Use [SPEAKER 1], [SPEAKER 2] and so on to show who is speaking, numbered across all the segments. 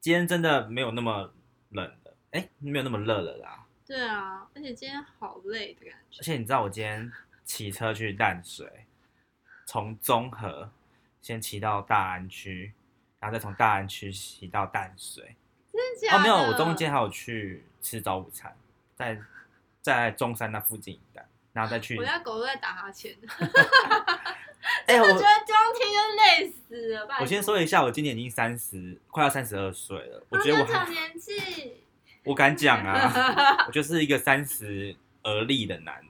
[SPEAKER 1] 今天真的没有那么冷了，哎、没有那么热了啦。
[SPEAKER 2] 对啊，而且今天好累的感
[SPEAKER 1] 而
[SPEAKER 2] 觉。
[SPEAKER 1] 且你知道我今天骑车去淡水，从中和先骑到大安区，然后再从大安区骑到淡水。
[SPEAKER 2] 真的假
[SPEAKER 1] 哦，
[SPEAKER 2] 的？
[SPEAKER 1] 没有，我中间还有去吃早午餐，在在中山那附近一带，然后再去
[SPEAKER 2] 我。家狗都在打哈欠，我
[SPEAKER 1] 哎、
[SPEAKER 2] 觉
[SPEAKER 1] 我
[SPEAKER 2] 得光听就累死了。拜
[SPEAKER 1] 我先
[SPEAKER 2] 托，
[SPEAKER 1] 说一下，我今年已经三十，快要三十二岁了。我觉得我
[SPEAKER 2] 我
[SPEAKER 1] 还
[SPEAKER 2] 年纪，
[SPEAKER 1] 我敢讲啊， 我就是一个三十而立的男。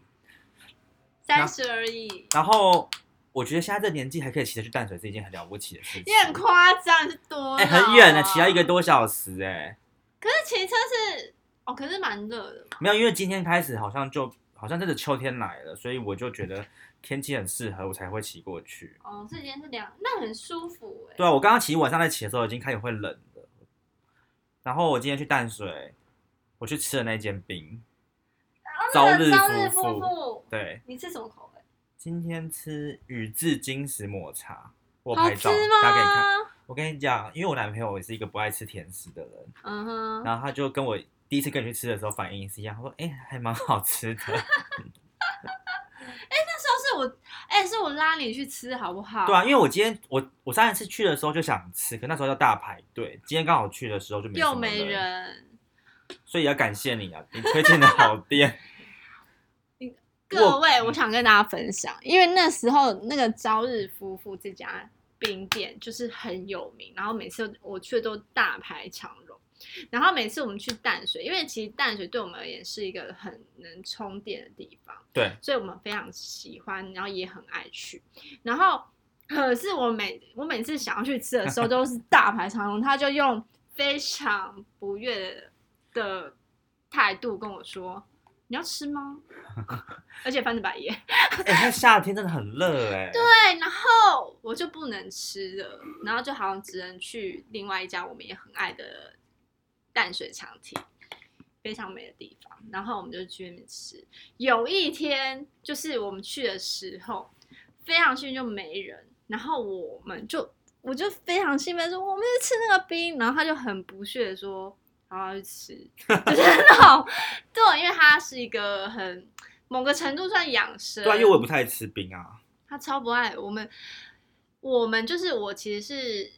[SPEAKER 2] 三十而已。
[SPEAKER 1] 然后我觉得现在这年纪还可以骑车去淡水是一件很了不起的事情。
[SPEAKER 2] 你很夸张，你是多、啊
[SPEAKER 1] 哎、很远呢，骑要一个。多小时哎、
[SPEAKER 2] 可是骑车是哦，可是蛮热的嘛。
[SPEAKER 1] 没有，因为今天开始好像就好像真的秋天来了，所以我就觉得天气很适合，我才会骑过去。
[SPEAKER 2] 哦，这间是凉，那很舒服哎、
[SPEAKER 1] 对啊，我刚刚骑晚上在骑的时候已经开始会冷了。然后我今天去淡水，我去吃了那间冰，朝
[SPEAKER 2] 哦那个朝
[SPEAKER 1] 日
[SPEAKER 2] 日
[SPEAKER 1] 夫
[SPEAKER 2] 夫
[SPEAKER 1] 妇。
[SPEAKER 2] 妇，
[SPEAKER 1] 对，
[SPEAKER 2] 你吃什么口味？
[SPEAKER 1] 今天吃宇治金石抹茶，我
[SPEAKER 2] 好
[SPEAKER 1] 拍
[SPEAKER 2] 吃
[SPEAKER 1] 照打给你看。
[SPEAKER 2] 吗？
[SPEAKER 1] 我跟你讲，因为我男朋友也是一个不爱吃甜食的人，
[SPEAKER 2] 嗯哼，
[SPEAKER 1] 然后他就跟我第一次跟你去吃的时候反应是一样，他说：“哎、还蛮好吃 的。”
[SPEAKER 2] 那时候是我，哎、是我拉你去吃好不好？
[SPEAKER 1] 对啊，因为我今天我我上一次去的时候就想吃，可那时候要大排队，今天刚好去的时候就没什
[SPEAKER 2] 又
[SPEAKER 1] 么
[SPEAKER 2] 没
[SPEAKER 1] 人，
[SPEAKER 2] 人，
[SPEAKER 1] 所以也要感谢你啊，你推荐的好 店。
[SPEAKER 2] 各位，我想跟大家分享，因为那时候那个朝日夫妇这家冰店就是很有名，然后每次我去都大排长龙。然后每次我们去淡水，因为其实淡水对我们而言是一个很能充电的地方，
[SPEAKER 1] 对，
[SPEAKER 2] 所以我们非常喜欢，然后也很爱去。然后可是我每我每次想要去吃的时候，都是大排长龙，他就用非常不悦的态度跟我说：“你要吃吗？”而且翻着白眼。
[SPEAKER 1] 哎、那夏天真的很热哎、对，
[SPEAKER 2] 对，然后我就不能吃了，然后就好像只能去另外一家我们也很爱的淡水长亭，非常美的地方。然后我们就去那边吃。有一天，就是我们去的时候，非常幸运就没人，然后我们就我就非常兴奋说我们去吃那个冰，然后他就很不屑的说然后 去吃，就是那种对，因为他是一个很某个程度算养生，
[SPEAKER 1] 啊，因为我也不太吃冰啊。
[SPEAKER 2] 他超不爱我们，我们就是我其实是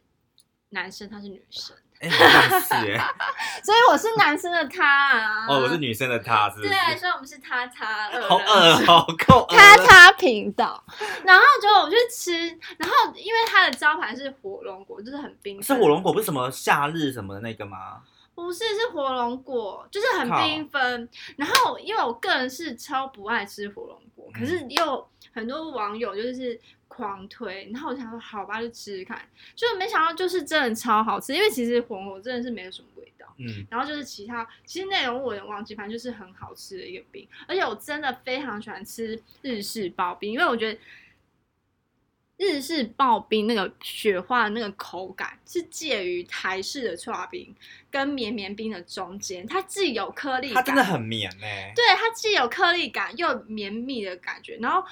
[SPEAKER 2] 男生，他是女生，
[SPEAKER 1] 哎、好像是哎、
[SPEAKER 2] 所以我是男生的他啊。
[SPEAKER 1] 哦，我是女生的她是不是？
[SPEAKER 2] 对，所啊以我们是他他二人
[SPEAKER 1] 好哦饿， 好够饿。
[SPEAKER 2] 他他频道，然后就我去吃，然后因为它的招牌是火龙果，就是很缤纷，
[SPEAKER 1] 是火龙果，不是什么夏日什么的那个吗？
[SPEAKER 2] 不是是火龙果，就是很缤纷。然后因为我个人是超不爱吃火龙果，可是又很多网友就是狂推，然后我想说好吧，就吃吃看，就没想到就是真的超好吃，因为其实火龙果真的是没有什么味道。
[SPEAKER 1] 嗯，
[SPEAKER 2] 然后就是其他，其实内容我也忘记，反正就是很好吃的一个饼，而且我真的非常喜欢吃日式刨冰，因为我觉得日式刨冰那个雪花的那个口感是介于台式的刨冰跟绵绵冰的中间，它既有颗粒
[SPEAKER 1] 它
[SPEAKER 2] 感，
[SPEAKER 1] 真的很绵哎、
[SPEAKER 2] 对它既有颗粒感又有绵密的感觉，然后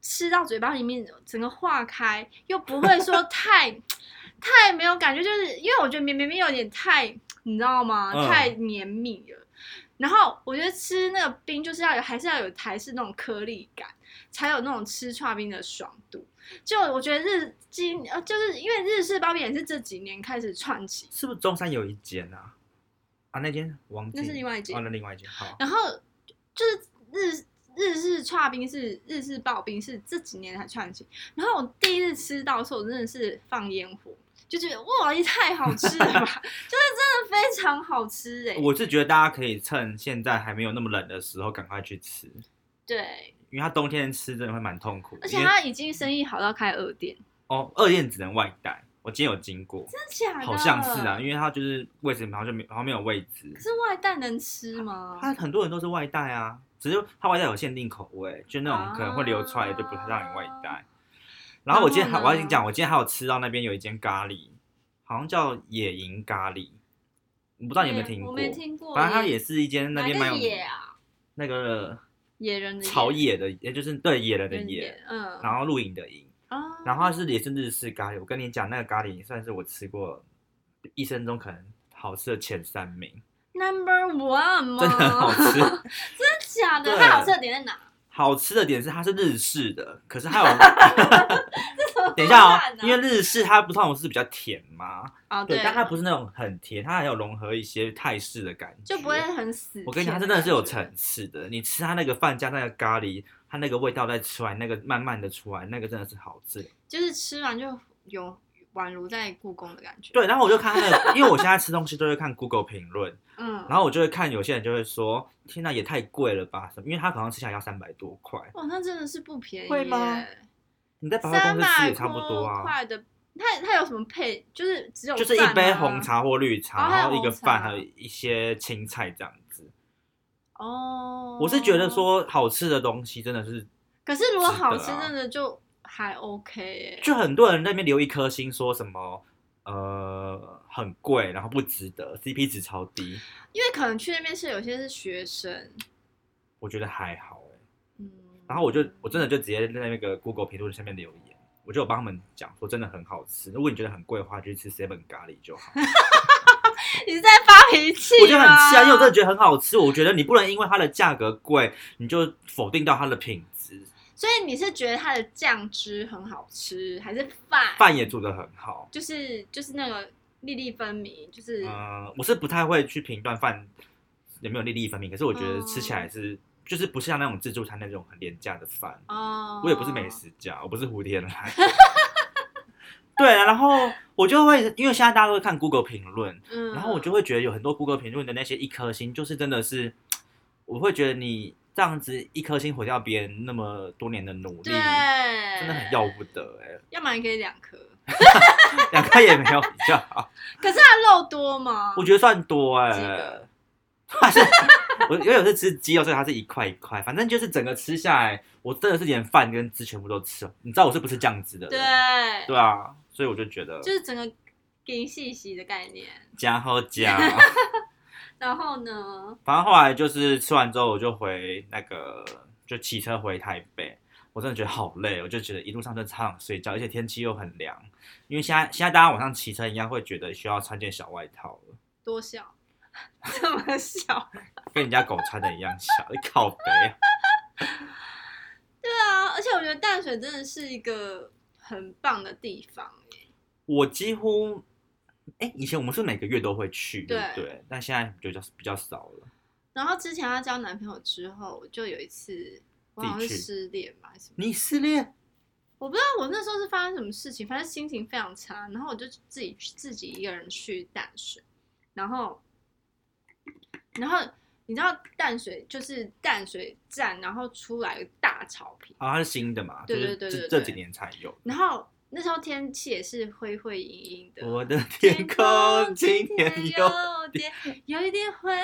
[SPEAKER 2] 吃到嘴巴里面整个化开，又不会说太太没有感觉，就是因为我觉得绵绵密有点太，你知道吗？
[SPEAKER 1] 嗯
[SPEAKER 2] 太绵密了。然后我觉得吃那个冰就是要有，还是要有台式那种颗粒感，才有那种吃串冰的爽度。就我觉得日今呃，就是因为日式包饼也是这几年开始串起，
[SPEAKER 1] 是不是中山有一间啊？啊，那间忘记。
[SPEAKER 2] 那是另外一间
[SPEAKER 1] 哦，那另外一间好。
[SPEAKER 2] 然后就是日日式串冰是日式刨冰是这几年才串起，然后我第一次吃到的时候，我真的是放烟火，就觉得哇，也太好吃了吧， 就是真的非常好吃哎、
[SPEAKER 1] 我是觉得大家可以趁现在还没有那么冷的时候赶快去吃，
[SPEAKER 2] 对，
[SPEAKER 1] 因为它冬天吃真的会蛮痛苦。
[SPEAKER 2] 而且
[SPEAKER 1] 因为
[SPEAKER 2] 它已经生意好到开二店，
[SPEAKER 1] 哦，二店只能外带，我今天有经过，
[SPEAKER 2] 真的假的？
[SPEAKER 1] 好像是啊，因为它就是位置好像就没好像没有位置
[SPEAKER 2] 可，是外带能吃吗？
[SPEAKER 1] 它很多人都是外带啊，只是它外带有限定口味，就那种可能会流出来
[SPEAKER 2] 啊
[SPEAKER 1] 就不太让你外带。然后我今天还
[SPEAKER 2] 然
[SPEAKER 1] 我
[SPEAKER 2] 后呢
[SPEAKER 1] 要跟你讲，我今天还有吃到那边有一间咖喱，好像叫野营咖喱，我不知道你有没有听
[SPEAKER 2] 我
[SPEAKER 1] 过，
[SPEAKER 2] 没听过耶，
[SPEAKER 1] 反正它也是一间那边蛮有
[SPEAKER 2] 哪个
[SPEAKER 1] 名
[SPEAKER 2] 野啊，
[SPEAKER 1] 那个
[SPEAKER 2] 野人的
[SPEAKER 1] 草野的，也就是对野人的
[SPEAKER 2] 人
[SPEAKER 1] 野，，
[SPEAKER 2] 嗯，
[SPEAKER 1] 然后露营的营，
[SPEAKER 2] 啊
[SPEAKER 1] 然后它是也是日式咖喱。我跟你讲，那个咖喱算是我吃过一生中可能好吃的前三名，
[SPEAKER 2] Number one 吗？
[SPEAKER 1] 真的很好
[SPEAKER 2] 真
[SPEAKER 1] 吃。
[SPEAKER 2] 的假的？
[SPEAKER 1] 对
[SPEAKER 2] 它好吃的点在哪？
[SPEAKER 1] 好吃的点是它是日式的，可是还有 等一下哦
[SPEAKER 2] 好烂，哦
[SPEAKER 1] 因为日式它不通常是比较甜嘛，
[SPEAKER 2] 哦，
[SPEAKER 1] 对，但它不是
[SPEAKER 2] 是
[SPEAKER 1] 那种很甜，它还有融合一些泰式的感觉，
[SPEAKER 2] 就不会很死。
[SPEAKER 1] 我跟你讲，它真的是有层。次的。你吃它那个饭加那个咖喱，它那个味道再出来，那个慢慢的出来，那个真的是好吃。
[SPEAKER 2] 就是吃完就有宛如在故宫的感觉。，
[SPEAKER 1] 对，然后我就看它那个，因为我现在吃东西都会看 Google 评论，
[SPEAKER 2] 嗯，
[SPEAKER 1] 然后我就会看有些人就会说：“天哪，也太贵了吧！”什么，因为它好像吃起来要三百多块，
[SPEAKER 2] 哇，那真的是不便宜耶，
[SPEAKER 1] 会吗你在百货
[SPEAKER 2] 三
[SPEAKER 1] 公司吃
[SPEAKER 2] 百
[SPEAKER 1] 也差不多啊，
[SPEAKER 2] 块的，它它有什么配？就是只有
[SPEAKER 1] 就是一
[SPEAKER 2] 饭
[SPEAKER 1] 杯
[SPEAKER 2] 吗
[SPEAKER 1] 红茶或绿
[SPEAKER 2] 哦
[SPEAKER 1] 茶，
[SPEAKER 2] 还有
[SPEAKER 1] 然后一个
[SPEAKER 2] 红
[SPEAKER 1] 饭，
[SPEAKER 2] 茶
[SPEAKER 1] 还有一些青菜这样子。
[SPEAKER 2] 哦。
[SPEAKER 1] 我是觉得，说好吃的东西真的是，
[SPEAKER 2] 可是如果
[SPEAKER 1] 值得
[SPEAKER 2] 好吃，
[SPEAKER 1] 啊
[SPEAKER 2] 真的就还 OK 耶。
[SPEAKER 1] 就很多人在那边留一颗星，说什么呃很贵，然后不值得，CP 值超低。
[SPEAKER 2] 因为可能去那边是有些是学生，
[SPEAKER 1] 我觉得还好哎、
[SPEAKER 2] 嗯，
[SPEAKER 1] 然后我就我真的就直接在那个 Google 评论下面留言，我就有帮他们讲说真的很好吃，如果你觉得很贵的话，就去吃 Seven 咖喱就好。
[SPEAKER 2] 你是在发脾气吗，
[SPEAKER 1] 我觉得很气啊，因为我真的觉得很好吃。我觉得你不能因为它的价格贵，你就否定到它的品质。
[SPEAKER 2] 所以你是觉得它的酱汁很好吃，还是饭？
[SPEAKER 1] 饭也做得很好，
[SPEAKER 2] 就是就是那个粒粒分明，就是、
[SPEAKER 1] 嗯、我是不太会去评断饭有没有粒粒分明，可是我觉得吃起来是、就是不像那种自助餐那种很廉价的饭。
[SPEAKER 2] 哦，
[SPEAKER 1] 我也不是美，食家，我不是胡天来。 对啊，然后我就会，因为现在大家都会看 Google 评论，
[SPEAKER 2] 嗯，
[SPEAKER 1] 然后我就会觉得有很多 Google 评论的那些一颗星，就是真的是，我会觉得你这样子一颗星毁掉别人那么多年的努力
[SPEAKER 2] 对，，真
[SPEAKER 1] 真的很要，不得哎、
[SPEAKER 2] 要不然你可以两颗。
[SPEAKER 1] 两颗也没有比较好，
[SPEAKER 2] 可是它肉多吗？
[SPEAKER 1] 我觉得算多哎、
[SPEAKER 2] 几个
[SPEAKER 1] 还是我因为我是吃鸡肉，所以它是一块一块，反正就是整个吃下来，我真的是连饭跟汁全部都吃了。你知道我是不吃酱汁的人，
[SPEAKER 2] 对，
[SPEAKER 1] 对啊，所以我就觉得
[SPEAKER 2] 就是整个给细细的概念。
[SPEAKER 1] 加好 加。
[SPEAKER 2] 然后呢，
[SPEAKER 1] 反正后来就是吃完之后，我就回那个就骑车回台北。我真的觉得好累，我就觉得一路上真的超想睡觉，而且天气又很凉。因为现在现在大家晚上骑车一样会觉得需要穿件小外套了，
[SPEAKER 2] 多小？ 这么小？
[SPEAKER 1] 跟人家狗穿的一样小，靠北。
[SPEAKER 2] 对啊，而且我觉得淡水真的是一个很棒的地方欸耶。
[SPEAKER 1] 我几乎，哎、以前我们是每个月都会去，对不
[SPEAKER 2] 对
[SPEAKER 1] 对？但现在就比较比较少了。
[SPEAKER 2] 然后之前她交男朋友之后，我就有一次我好像
[SPEAKER 1] 自
[SPEAKER 2] 是
[SPEAKER 1] 己去
[SPEAKER 2] 失恋嘛，还是什么？
[SPEAKER 1] 你失恋？
[SPEAKER 2] 我不知道我那时候是发生什么事情，反正心情非常差，然后我就自己自己一个人去淡水，然后，然后你知道淡水就是淡水站，然后出来个大草坪，
[SPEAKER 1] 啊，它是新的嘛，
[SPEAKER 2] 对
[SPEAKER 1] 就是
[SPEAKER 2] 对对对
[SPEAKER 1] 这这
[SPEAKER 2] 对
[SPEAKER 1] 几年才有。
[SPEAKER 2] 然后那时候天气也是灰灰阴阴的，
[SPEAKER 1] 我的天空今天
[SPEAKER 2] 天
[SPEAKER 1] 又
[SPEAKER 2] 有点有一点灰。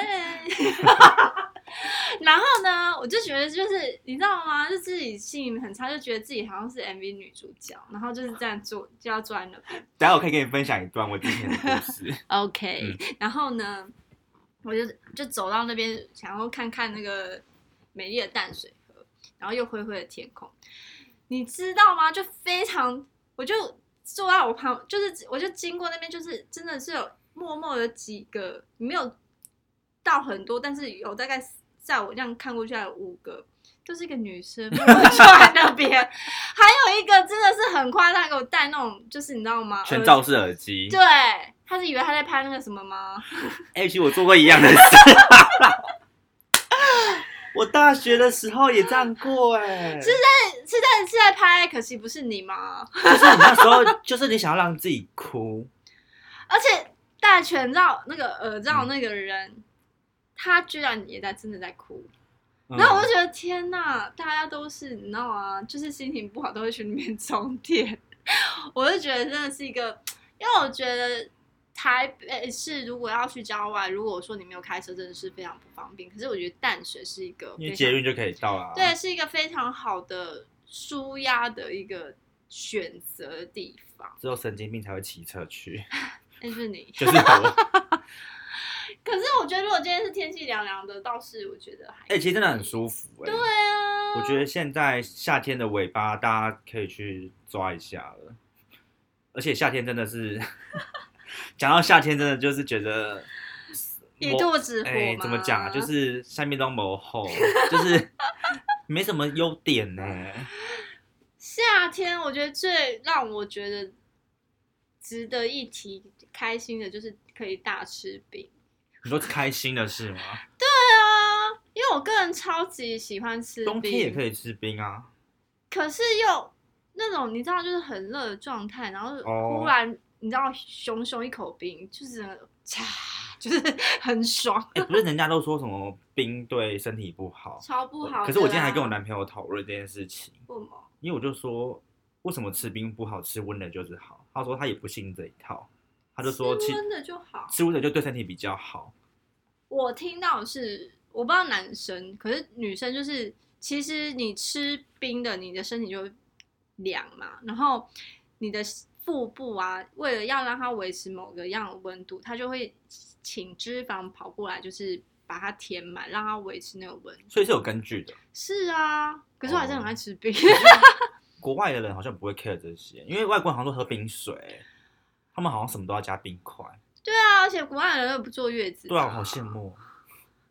[SPEAKER 2] 然后呢，我就觉得就是你知道吗？就自己心情很差，就觉得自己好像是 MV 女主角，然后就是这样坐就要坐在那边。
[SPEAKER 1] 等一下我可以跟你分享一段我之前的 故事。
[SPEAKER 2] OK，、然
[SPEAKER 1] 嗯
[SPEAKER 2] 后呢，我就就走到那边，想要看看那个美丽的淡水河，然后又灰灰的天空，你知道吗？就非常，我就坐在我旁，就是我就经过那边，就是真的是有默默有几个，没有到很多，但是有大概在我这样看过去，还有五个。就是一个女生默默坐在那边，还有一个真的是很夸张，给我戴那种就是你知道吗？
[SPEAKER 1] 全
[SPEAKER 2] 耳
[SPEAKER 1] 罩式耳机。
[SPEAKER 2] 对，他是以为他在拍那个什么吗？
[SPEAKER 1] 哎、其实我做过一样的事。 我大学的时候也这样过哎、就是
[SPEAKER 2] 是啊在是在拍，可惜不是你吗？
[SPEAKER 1] 就是你那时候，就是你想要让自己哭，
[SPEAKER 2] 而且戴全罩那个耳罩那个人，他居然也在真的在哭，
[SPEAKER 1] 嗯
[SPEAKER 2] 然后我就觉得天呐，大家都是你知道吗？就是心情不好都会去里面充电， 我就觉得真的是一个，因为我觉得台北市如果要去郊外，如果我说你没有开车，真的是非常不方便。可是我觉得淡水是一个
[SPEAKER 1] 因为
[SPEAKER 2] 非
[SPEAKER 1] 捷
[SPEAKER 2] 常
[SPEAKER 1] 运就可以到啊啦。
[SPEAKER 2] 对，是一个非常好的舒压的一个选择的地方。
[SPEAKER 1] 只有神经病才会骑车去，
[SPEAKER 2] 但是你，
[SPEAKER 1] 就是我。
[SPEAKER 2] 可是我觉得如果今天是天气凉凉的，倒是我觉得还
[SPEAKER 1] 哎、其实真的很舒服哎、
[SPEAKER 2] 对啊，
[SPEAKER 1] 我觉得现在夏天的尾巴 大家可以去抓一下了，而且夏天真的是讲到夏天，真的就是觉得
[SPEAKER 2] 一
[SPEAKER 1] 我
[SPEAKER 2] 肚子火
[SPEAKER 1] 哎、
[SPEAKER 2] 吗
[SPEAKER 1] 怎么讲啊？就是下面都没 厚，就是没什么优点呢、
[SPEAKER 2] 夏天，我觉得最让我觉得值得一提、开心的就是可以大吃饼。
[SPEAKER 1] 你说开心的事吗？
[SPEAKER 2] 对啊，因为我个人超级喜欢吃
[SPEAKER 1] 冬天也可
[SPEAKER 2] 以，
[SPEAKER 1] 以吃冰啊。
[SPEAKER 2] 可是又那种你知道，就是很热的状态，然后
[SPEAKER 1] 哦
[SPEAKER 2] 忽然、你知道熊熊一口冰，就是嚓，就是 很爽，
[SPEAKER 1] 哎、不是人家都说什么冰对身体不好？
[SPEAKER 2] 超不好的啊、
[SPEAKER 1] 可是我今天还跟我男朋友讨论这件事情，
[SPEAKER 2] 为什么
[SPEAKER 1] 因为我就说为什么吃冰不好，吃温的就是好。他说他也不信这一套，他就说
[SPEAKER 2] 吃
[SPEAKER 1] 吃
[SPEAKER 2] 温的就好。
[SPEAKER 1] 吃温的就对身体比较好。
[SPEAKER 2] 我听到的是我不知道男生，可是女生就是，其实你吃冰的，你的身体就会凉嘛，然后你的腹部啊，为了要让它维持某个样的温度，它就会请脂肪跑过来，就是把它填满，让它维持那个温度。
[SPEAKER 1] 所以是有根据的。
[SPEAKER 2] 是啊，可是我还
[SPEAKER 1] 哦
[SPEAKER 2] 是很爱吃冰。
[SPEAKER 1] 国外的人好像不会 care 这些，因为外国人好像都喝冰水，他们好像什么都要加冰块。
[SPEAKER 2] 对啊，而且国外人又不坐月子，
[SPEAKER 1] 对啊，我好羡。慕，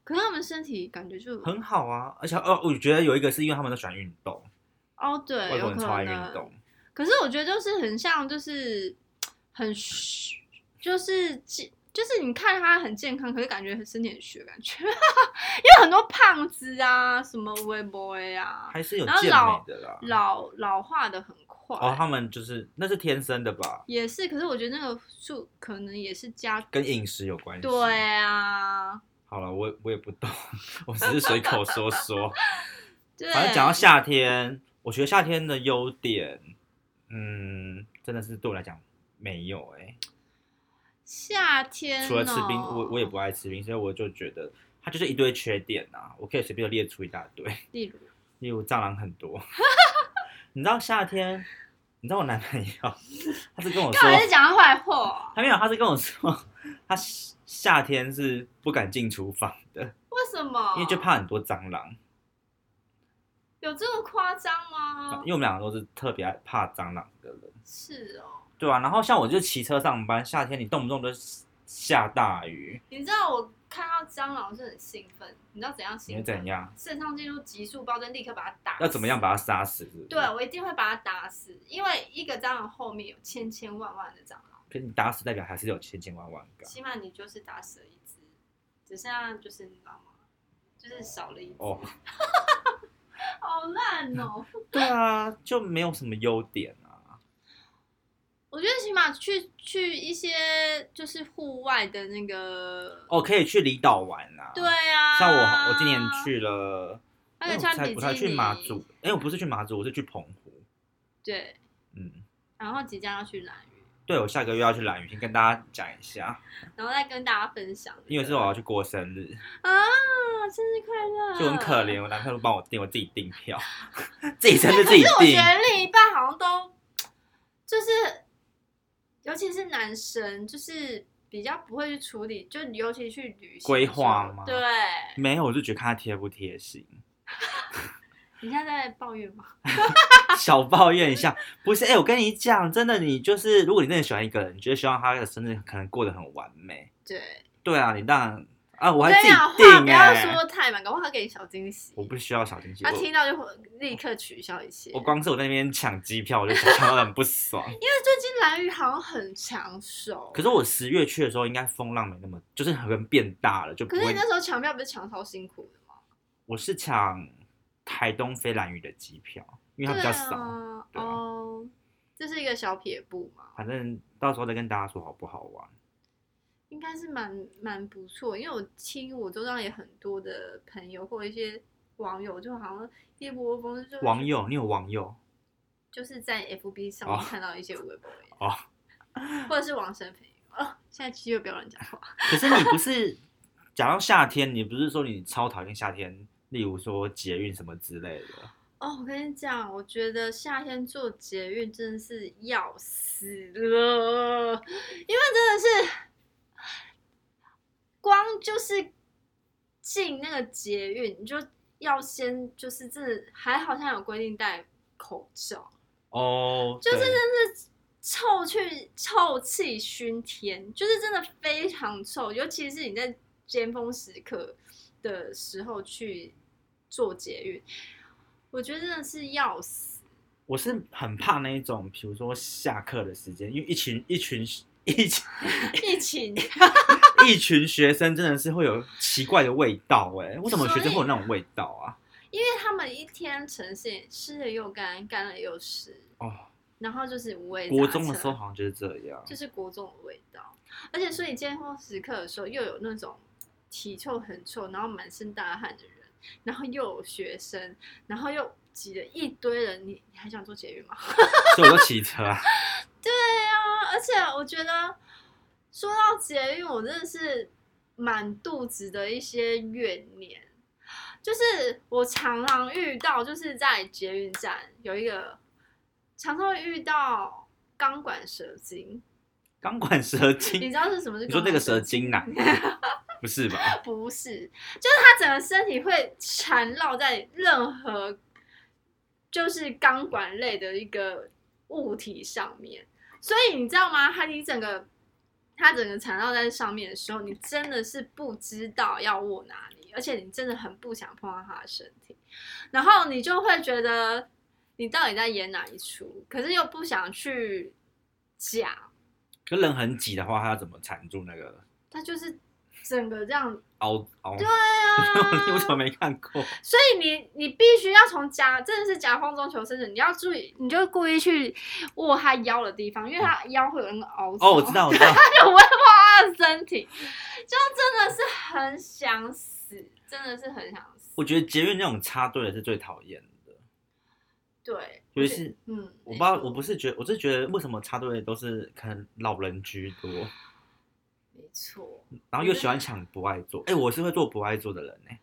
[SPEAKER 2] 可是他们身体感觉就
[SPEAKER 1] 很好啊。而且哦，我觉得有一个是因为他们都喜欢运动，
[SPEAKER 2] 哦，对，
[SPEAKER 1] 外
[SPEAKER 2] 有
[SPEAKER 1] 国人
[SPEAKER 2] 可
[SPEAKER 1] 超爱
[SPEAKER 2] 能
[SPEAKER 1] 运动。
[SPEAKER 2] 可是我觉得就是很像，就是很虚，就是健就是你看他很健康，可是感觉身体很虚，感觉 因为很多胖子啊，什么微博啊，
[SPEAKER 1] 还是有
[SPEAKER 2] 然后
[SPEAKER 1] 健
[SPEAKER 2] 老
[SPEAKER 1] 美的啦。
[SPEAKER 2] 老老化的很快。
[SPEAKER 1] 哦，他们就是那是天生的吧，
[SPEAKER 2] 也是，可是我觉得那个数可能也是加
[SPEAKER 1] 跟饮食有关系。
[SPEAKER 2] 对，啊，
[SPEAKER 1] 好了，我我也不懂， 我只是随口说说。
[SPEAKER 2] 对。
[SPEAKER 1] 反正讲到夏天，我觉得夏天的优点，嗯，真的是对我来讲没有哎、
[SPEAKER 2] 夏天哦，
[SPEAKER 1] 除了吃冰，我我也不爱吃冰，所以我就觉得它就是一堆缺点啊，我可以随便地列出一大 堆，
[SPEAKER 2] 例如
[SPEAKER 1] 例如蟑螂很 多。你知道夏天，你知道我男朋友， 他是跟我
[SPEAKER 2] 干嘛一
[SPEAKER 1] 说
[SPEAKER 2] 直，讲他坏话？
[SPEAKER 1] 他没有，他是跟我说， 他夏夏天是不敢进厨房的，
[SPEAKER 2] 为什么？
[SPEAKER 1] 因为就怕很多蟑螂。
[SPEAKER 2] 有这么夸张吗
[SPEAKER 1] 因？为我们两个都是特别怕蟑螂的人，
[SPEAKER 2] 是哦。
[SPEAKER 1] 对啊，然后像我就骑车上班，夏天你动不动就下大雨，
[SPEAKER 2] 你知道我看到蟑螂是很兴奋，你知道怎样
[SPEAKER 1] 你
[SPEAKER 2] 兴
[SPEAKER 1] 会
[SPEAKER 2] 奋？
[SPEAKER 1] 怎？样？
[SPEAKER 2] 肾上腺素急速暴增，立刻把它打。
[SPEAKER 1] 要怎么样？把它杀死是不是？
[SPEAKER 2] 对，啊我一定会把它打死，因为一个蟑螂后面有千千万万的蟑螂，
[SPEAKER 1] 可是你打死代表还是有千千万万个。
[SPEAKER 2] 起码你就是打死了一只，只剩下就是你知道吗？就是少了一只。
[SPEAKER 1] 哦，
[SPEAKER 2] 好烂哦！
[SPEAKER 1] 对啊，就没有什么优点啊。
[SPEAKER 2] 我觉得起码去去一些就是户外的那个，
[SPEAKER 1] 哦，可以去离岛玩啊。
[SPEAKER 2] 对，啊，
[SPEAKER 1] 像我我今年，去了，哎
[SPEAKER 2] 而且
[SPEAKER 1] 我
[SPEAKER 2] 穿
[SPEAKER 1] 才
[SPEAKER 2] 比
[SPEAKER 1] 我才
[SPEAKER 2] 基
[SPEAKER 1] 去
[SPEAKER 2] 尼
[SPEAKER 1] 马祖，哎，我不是去马祖，我是去澎湖。
[SPEAKER 2] 对，
[SPEAKER 1] 嗯，
[SPEAKER 2] 然后即将要去蓝屿，
[SPEAKER 1] 对，我下个月要去蓝屿，先跟大家讲一下，
[SPEAKER 2] 然后再跟大家分享、
[SPEAKER 1] 因为是我要去过生日。
[SPEAKER 2] 啊，生日快乐！
[SPEAKER 1] 就很可怜，我男朋友都帮我订，我自己订票， 自己生日自己
[SPEAKER 2] 可是我
[SPEAKER 1] 订
[SPEAKER 2] 觉。得另一半好像都就是，尤其是男生，就是比较不会去处理，就尤其去旅行
[SPEAKER 1] 规划
[SPEAKER 2] 的时候
[SPEAKER 1] 吗
[SPEAKER 2] 对，
[SPEAKER 1] 没有，我就觉得看他贴不贴心，
[SPEAKER 2] 你现在在抱怨吗？
[SPEAKER 1] 小抱怨一下。不是，哎、我跟你讲，真的，你就是如果你真的喜欢一个人，你就希望他的生日可能过得很完美。
[SPEAKER 2] 对，
[SPEAKER 1] 对啊，你当然啊，我还
[SPEAKER 2] 跟
[SPEAKER 1] 自
[SPEAKER 2] 你讲
[SPEAKER 1] 己
[SPEAKER 2] 话不
[SPEAKER 1] 订
[SPEAKER 2] 要
[SPEAKER 1] 哎、
[SPEAKER 2] 说太满，搞不好他给你小惊喜
[SPEAKER 1] 我，不需要小惊喜。
[SPEAKER 2] 他
[SPEAKER 1] 我
[SPEAKER 2] 听到就会立刻取消一切。
[SPEAKER 1] 我光是我在那边抢机票，我就想到很不 爽。
[SPEAKER 2] 因为最近蓝宇好像很抢手，
[SPEAKER 1] 可是我十月去的时候，应该风浪没那么，就是可能变大了，就不
[SPEAKER 2] 可是你
[SPEAKER 1] 会。
[SPEAKER 2] 那时候抢票不是抢超辛苦的吗？
[SPEAKER 1] 我是抢台东飞兰屿的机票，因为它比较少。
[SPEAKER 2] 对
[SPEAKER 1] 对啊
[SPEAKER 2] 啊，哦，这是一个小撇步嘛。
[SPEAKER 1] 反正到时候再跟大家说好不好玩。
[SPEAKER 2] 应该是蛮蛮不错，因为我听我周遭也很多的朋友或一些网友，就好像一窝蜂就
[SPEAKER 1] 网友，你有网友
[SPEAKER 2] 就是在 FB 上面
[SPEAKER 1] 哦
[SPEAKER 2] 看到一些微博
[SPEAKER 1] 哦，
[SPEAKER 2] 或者是网生朋友。哦，现在其实又不要 乱讲话，
[SPEAKER 1] 可是你不是讲到夏天，你不是说你超讨厌夏天，例如说捷运什么之类的，
[SPEAKER 2] 哦，我跟你讲，我觉得夏天做捷运真的是要死了，因为真的是光就是进那个捷运，你就要先就是真的还好像有规定戴口罩，
[SPEAKER 1] 哦，
[SPEAKER 2] 就是
[SPEAKER 1] 对
[SPEAKER 2] 真的是臭去臭气熏天，就是真的非常臭，尤其是你在尖峰时刻的时候去做捷运，我觉得真的是要死。
[SPEAKER 1] 我是很怕那一种，比如说下课的时间，因为一群一群一 群
[SPEAKER 2] 疫 情
[SPEAKER 1] 一群学生真的是会有奇怪的味道哎、为什么学生会有那种味道啊？
[SPEAKER 2] 因为他们一天呈现湿了又干，干了又湿，
[SPEAKER 1] 哦，
[SPEAKER 2] 然后就是五味杂
[SPEAKER 1] 国中的时候
[SPEAKER 2] 陈
[SPEAKER 1] 好像就是这样，
[SPEAKER 2] 就是国中的味道，而且所以尖峰时刻的时候又有那种体臭很臭，然后满身大汗的人，然后又有学生，然后又挤了一堆人，你你还想做捷运吗？
[SPEAKER 1] 所以我就骑车啊。
[SPEAKER 2] 对啊，而且我觉得说到捷运，我真的是满肚子的一些怨念。就是我常常遇到，就是在捷运站有一个，常常会遇到钢管蛇精，
[SPEAKER 1] 钢管蛇
[SPEAKER 2] 你
[SPEAKER 1] 精，
[SPEAKER 2] 知道是什么是？
[SPEAKER 1] 你说那个蛇精呐、不是吧？
[SPEAKER 2] 不是，就是它整个身体会缠绕在任何就是钢管类的一个物体上面，所以你知道吗？它你整个它整个缠绕在上面的时候，你真的是不知道要握哪里，而且你真的很不想碰到它的身体，然后你就会觉得你到底在演哪一出，可是又不想去讲，
[SPEAKER 1] 可人很挤的话，他要怎么缠住那个
[SPEAKER 2] 它就是整个这样。
[SPEAKER 1] 凹凹？
[SPEAKER 2] 对 啊，
[SPEAKER 1] 你为什么没看过？
[SPEAKER 2] 所以你你必须要从夹，真的是夹缝中求生存，你要注意，你就故意去握他腰的地方，因为他腰会有那个凹
[SPEAKER 1] 嗯 哦，我 知，道，我知道，
[SPEAKER 2] 他就不会画他的身体，就真的是很想死，真的是很想死。
[SPEAKER 1] 我觉得捷运那种插队的是最讨厌的，
[SPEAKER 2] 对，
[SPEAKER 1] 尤其是。
[SPEAKER 2] 嗯，
[SPEAKER 1] 我不知道，我不是觉得，我是觉得为什么插队的都是可能老人居多，
[SPEAKER 2] 没错，
[SPEAKER 1] 然后又喜欢抢不爱坐。哎、我是会坐不爱坐的人哎、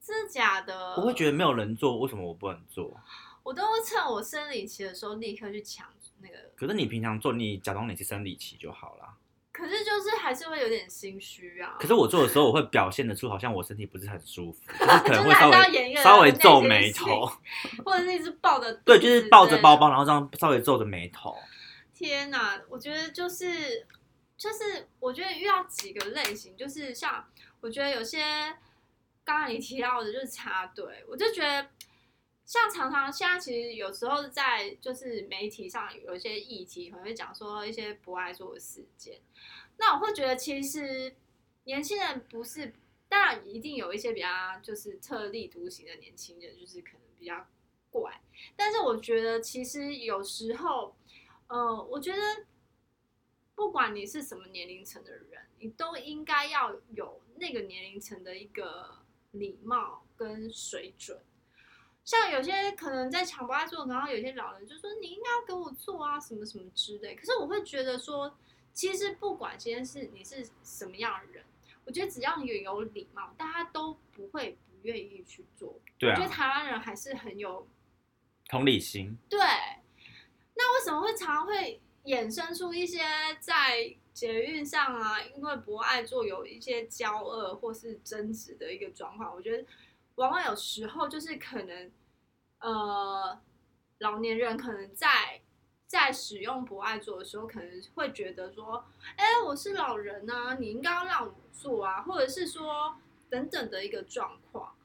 [SPEAKER 2] 真的假的？
[SPEAKER 1] 我会觉得没有人坐，为什么我不能坐？
[SPEAKER 2] 我都会趁我生理期的时候立刻去抢那个，
[SPEAKER 1] 可是你平常坐，你假装你是生理期就好啦。
[SPEAKER 2] 可是就是还是会有点心虚啊。
[SPEAKER 1] 可是我做的时候，我会表现得出好像我身体不是很舒服，就是可能会稍
[SPEAKER 2] 就是还是 要演
[SPEAKER 1] 微
[SPEAKER 2] 一个
[SPEAKER 1] 稍微
[SPEAKER 2] 内心
[SPEAKER 1] 皱眉
[SPEAKER 2] 戏
[SPEAKER 1] 头，
[SPEAKER 2] 或者是一直抱着，
[SPEAKER 1] 对，就是抱着包。包，然后这样稍微皱着眉头。
[SPEAKER 2] 天呐，我觉得就是就是，我觉得遇到几个类型，就是像我觉得有些刚刚你提到的，就是插队，我就觉得像常常现在其实有时候在就是媒体上有一些议题，可能会讲说一些不爱做的事件，那我会觉得其实年轻人不是。当然，一定有一些比较就是特立独行的年轻人，就是可能比较怪，但是我觉得其实有时候，呃，我觉得不管你是什么年龄层的人，你都应该要有那个年龄层的一个礼貌跟水准。像有些可能在抢不爱坐，然后有些老人就说你应该要给我坐啊，什么什么之类。可是我会觉得说，其实不管今天是你是什么样的人，我觉得只要你有有礼貌，大家都不会不愿意去做。
[SPEAKER 1] 对
[SPEAKER 2] 我觉得
[SPEAKER 1] 啊，
[SPEAKER 2] 台湾人还是很有
[SPEAKER 1] 同理心。
[SPEAKER 2] 对，那为什么会常常会衍生出一些在捷运上啊，因为不爱做有一些交恶或是争执的一个状况？我觉得往往有时候就是可能，呃，老年人可能在。在使用不爱做的时候，可能会觉得说：“哎、我是老人啊，你应该要让我做啊。”或者是说等等的一个状况，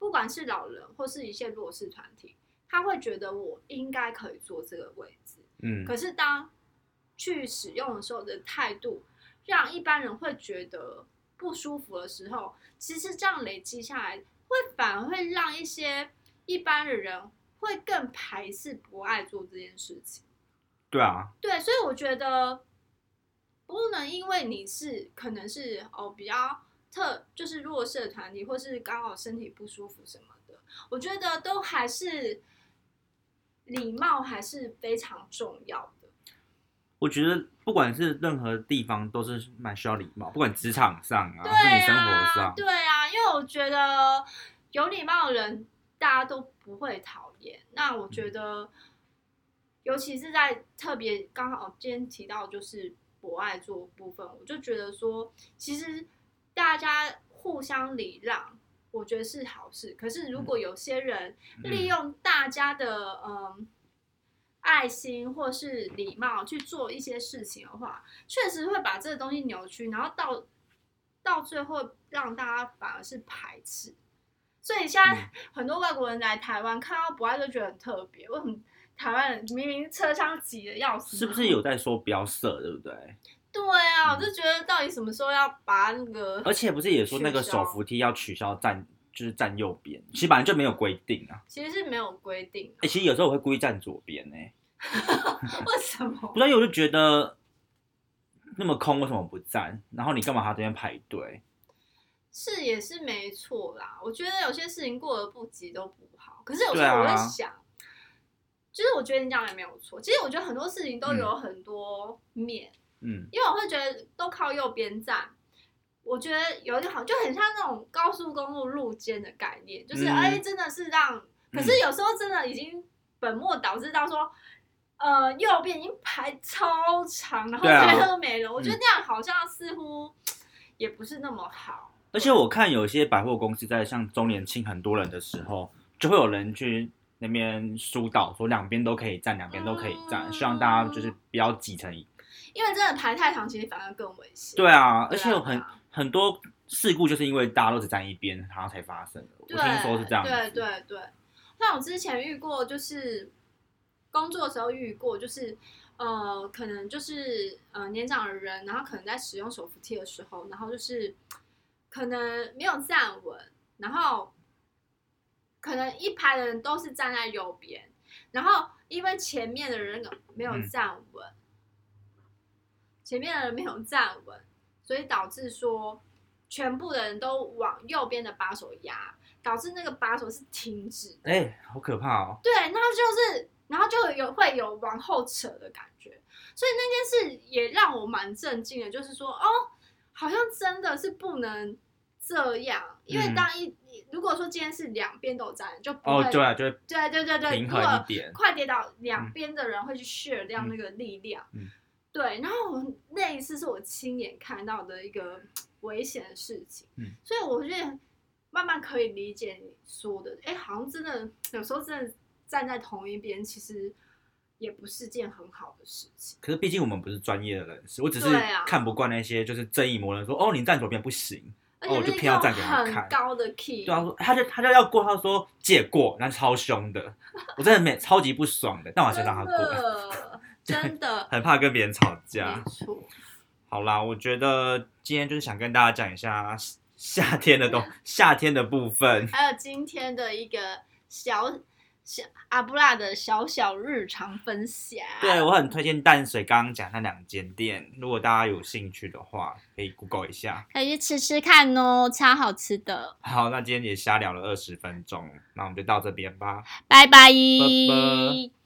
[SPEAKER 2] 不管是老人或是一些弱势团体，他会觉得我应该可以坐这个位置。
[SPEAKER 1] 嗯，
[SPEAKER 2] 可是当去使用的时候的态度，让一般人会觉得不舒服的时候，其实这样累积下来，会反而会让一些一般的人会更排斥不爱做这件事情。
[SPEAKER 1] 对啊，
[SPEAKER 2] 对，所以我觉得不能因为你是可能是哦比较特就是弱势的团体，或是刚好身体不舒服什么的，我觉得都还是礼貌还是非常重要的。
[SPEAKER 1] 我觉得不管是任何地方都是蛮需要礼貌，不管职场上啊，
[SPEAKER 2] 对
[SPEAKER 1] 或是你生
[SPEAKER 2] 啊
[SPEAKER 1] 活上，
[SPEAKER 2] 对啊，因为我觉得有礼貌的人大家都不会讨厌。那我
[SPEAKER 1] 嗯
[SPEAKER 2] 觉得，尤其是在特别刚好今天提到就是博爱做的部分，我就觉得说，其实大家互相礼让。我觉得是
[SPEAKER 1] 嗯
[SPEAKER 2] 好事，可是如果有些人利用大家的嗯爱心或是礼貌去做一些事情的话，确实会把这个东西扭曲，然后到到最后让大家反而是排斥。所以现
[SPEAKER 1] 嗯
[SPEAKER 2] 在很多外国人来台湾看到不爱就觉得很特别，为什么台湾人明明车厢挤的要死？
[SPEAKER 1] 是不是有在说不要色，对不对？
[SPEAKER 2] 对啊，我就觉得到底什么时候要把那个
[SPEAKER 1] 而且不是也说那个
[SPEAKER 2] 取
[SPEAKER 1] 手
[SPEAKER 2] 消
[SPEAKER 1] 扶梯要取消站，就是站右边，其实本来就没有规定啊。
[SPEAKER 2] 其实是没有规定
[SPEAKER 1] 哎、，其实有时候我会故意站左边呢、
[SPEAKER 2] 为什么
[SPEAKER 1] 不？然我就觉得那么空为什么不站？然后你干嘛还要这边排队？
[SPEAKER 2] 是也是没错啦，我觉得有些事情过而不及都不好。可是有时
[SPEAKER 1] 对啊
[SPEAKER 2] 候我会想，就是我觉得你讲的也没有错。其实我觉得很多事情都有很多面，
[SPEAKER 1] 嗯，
[SPEAKER 2] 因为我会觉得都靠右边站，我觉得有点好，就很像那种高速公路路肩的概念，就是
[SPEAKER 1] 嗯
[SPEAKER 2] 哎、真的是让，可是有时候真的已经本末倒置到说。呃，右边已经排超长，然后
[SPEAKER 1] 对啊
[SPEAKER 2] 这边都没人，我觉得那样好像似乎也不是那么好。
[SPEAKER 1] 而且我看有些百货公司在像周年庆很多人的时候，就会有人去那边疏导，说两边都可以站，两边都可以站，
[SPEAKER 2] 嗯
[SPEAKER 1] 希望大家就是不要挤成一。
[SPEAKER 2] 因为真的排太长，其实反而更危险。
[SPEAKER 1] 对啊，而且
[SPEAKER 2] 对啊
[SPEAKER 1] 有很很多事故就是因为大家都只站一边，然后才发生的。我
[SPEAKER 2] 对，
[SPEAKER 1] 听说是这样子。
[SPEAKER 2] 对对对，像我之前遇过，就是工作的时候遇过，就是呃，可能就是呃年长的人，然后可能在使用手扶梯的时候，然后就是可能没有站稳，然后可能一排的人都是站在右边，然后因为前面的人没有
[SPEAKER 1] 嗯
[SPEAKER 2] 站稳，前面的人没有站稳，所以导致说全部的人都往右边的把手压，导致那个把手是停止的。
[SPEAKER 1] 哎、好可怕哦！
[SPEAKER 2] 对，那就是，然后就有会有往后扯的感觉，所以那件事也让我蛮震惊的，就是说，哦，好像真的是不能这样，因为
[SPEAKER 1] 嗯
[SPEAKER 2] 当一、你如果说今天是两边都有站，就不会、
[SPEAKER 1] 哦，对啊，就会
[SPEAKER 2] 对对对对，
[SPEAKER 1] 平
[SPEAKER 2] 如
[SPEAKER 1] 衡
[SPEAKER 2] 果
[SPEAKER 1] 一点。
[SPEAKER 2] 快跌倒，两边的人会去 share 掉
[SPEAKER 1] 嗯
[SPEAKER 2] 那个力量。
[SPEAKER 1] 嗯
[SPEAKER 2] 对。然后我那一次是我亲眼看到的一个危险的事情，
[SPEAKER 1] 嗯
[SPEAKER 2] 所以我觉得慢慢可以理解你说的，哎，好像真的有时候真的站在同一边，其实也不是件很好的事情。
[SPEAKER 1] 可是毕竟我们不是专业的人士，我只是
[SPEAKER 2] 对啊
[SPEAKER 1] 看不惯那些就是正义魔人说哦，你站左边不行。
[SPEAKER 2] 而
[SPEAKER 1] 哦
[SPEAKER 2] 且
[SPEAKER 1] 我就是偏要
[SPEAKER 2] 用
[SPEAKER 1] 站给他看
[SPEAKER 2] 很高的 key，
[SPEAKER 1] 对啊，说他就他就要过，他说借过，那超凶的，我真的没超级不爽的，但我还是
[SPEAKER 2] 真
[SPEAKER 1] 让他过，
[SPEAKER 2] 的嗯真 的
[SPEAKER 1] 很怕跟别人吵
[SPEAKER 2] 没
[SPEAKER 1] 架。
[SPEAKER 2] 错。
[SPEAKER 1] 好啦，我觉得今天就是想跟大家讲一下夏天的东夏天的部分。
[SPEAKER 2] 还有今天的一个小小阿布拉的小小日常分享。
[SPEAKER 1] 对，我很推荐淡水刚刚讲那两间店，如果大家有兴趣的话，可以 Google 一下。
[SPEAKER 2] 可以去吃吃看哦，超好吃的。
[SPEAKER 1] 好，那今天也瞎聊了二十分钟，那我们就到这边吧。
[SPEAKER 2] 拜拜。
[SPEAKER 1] 拜拜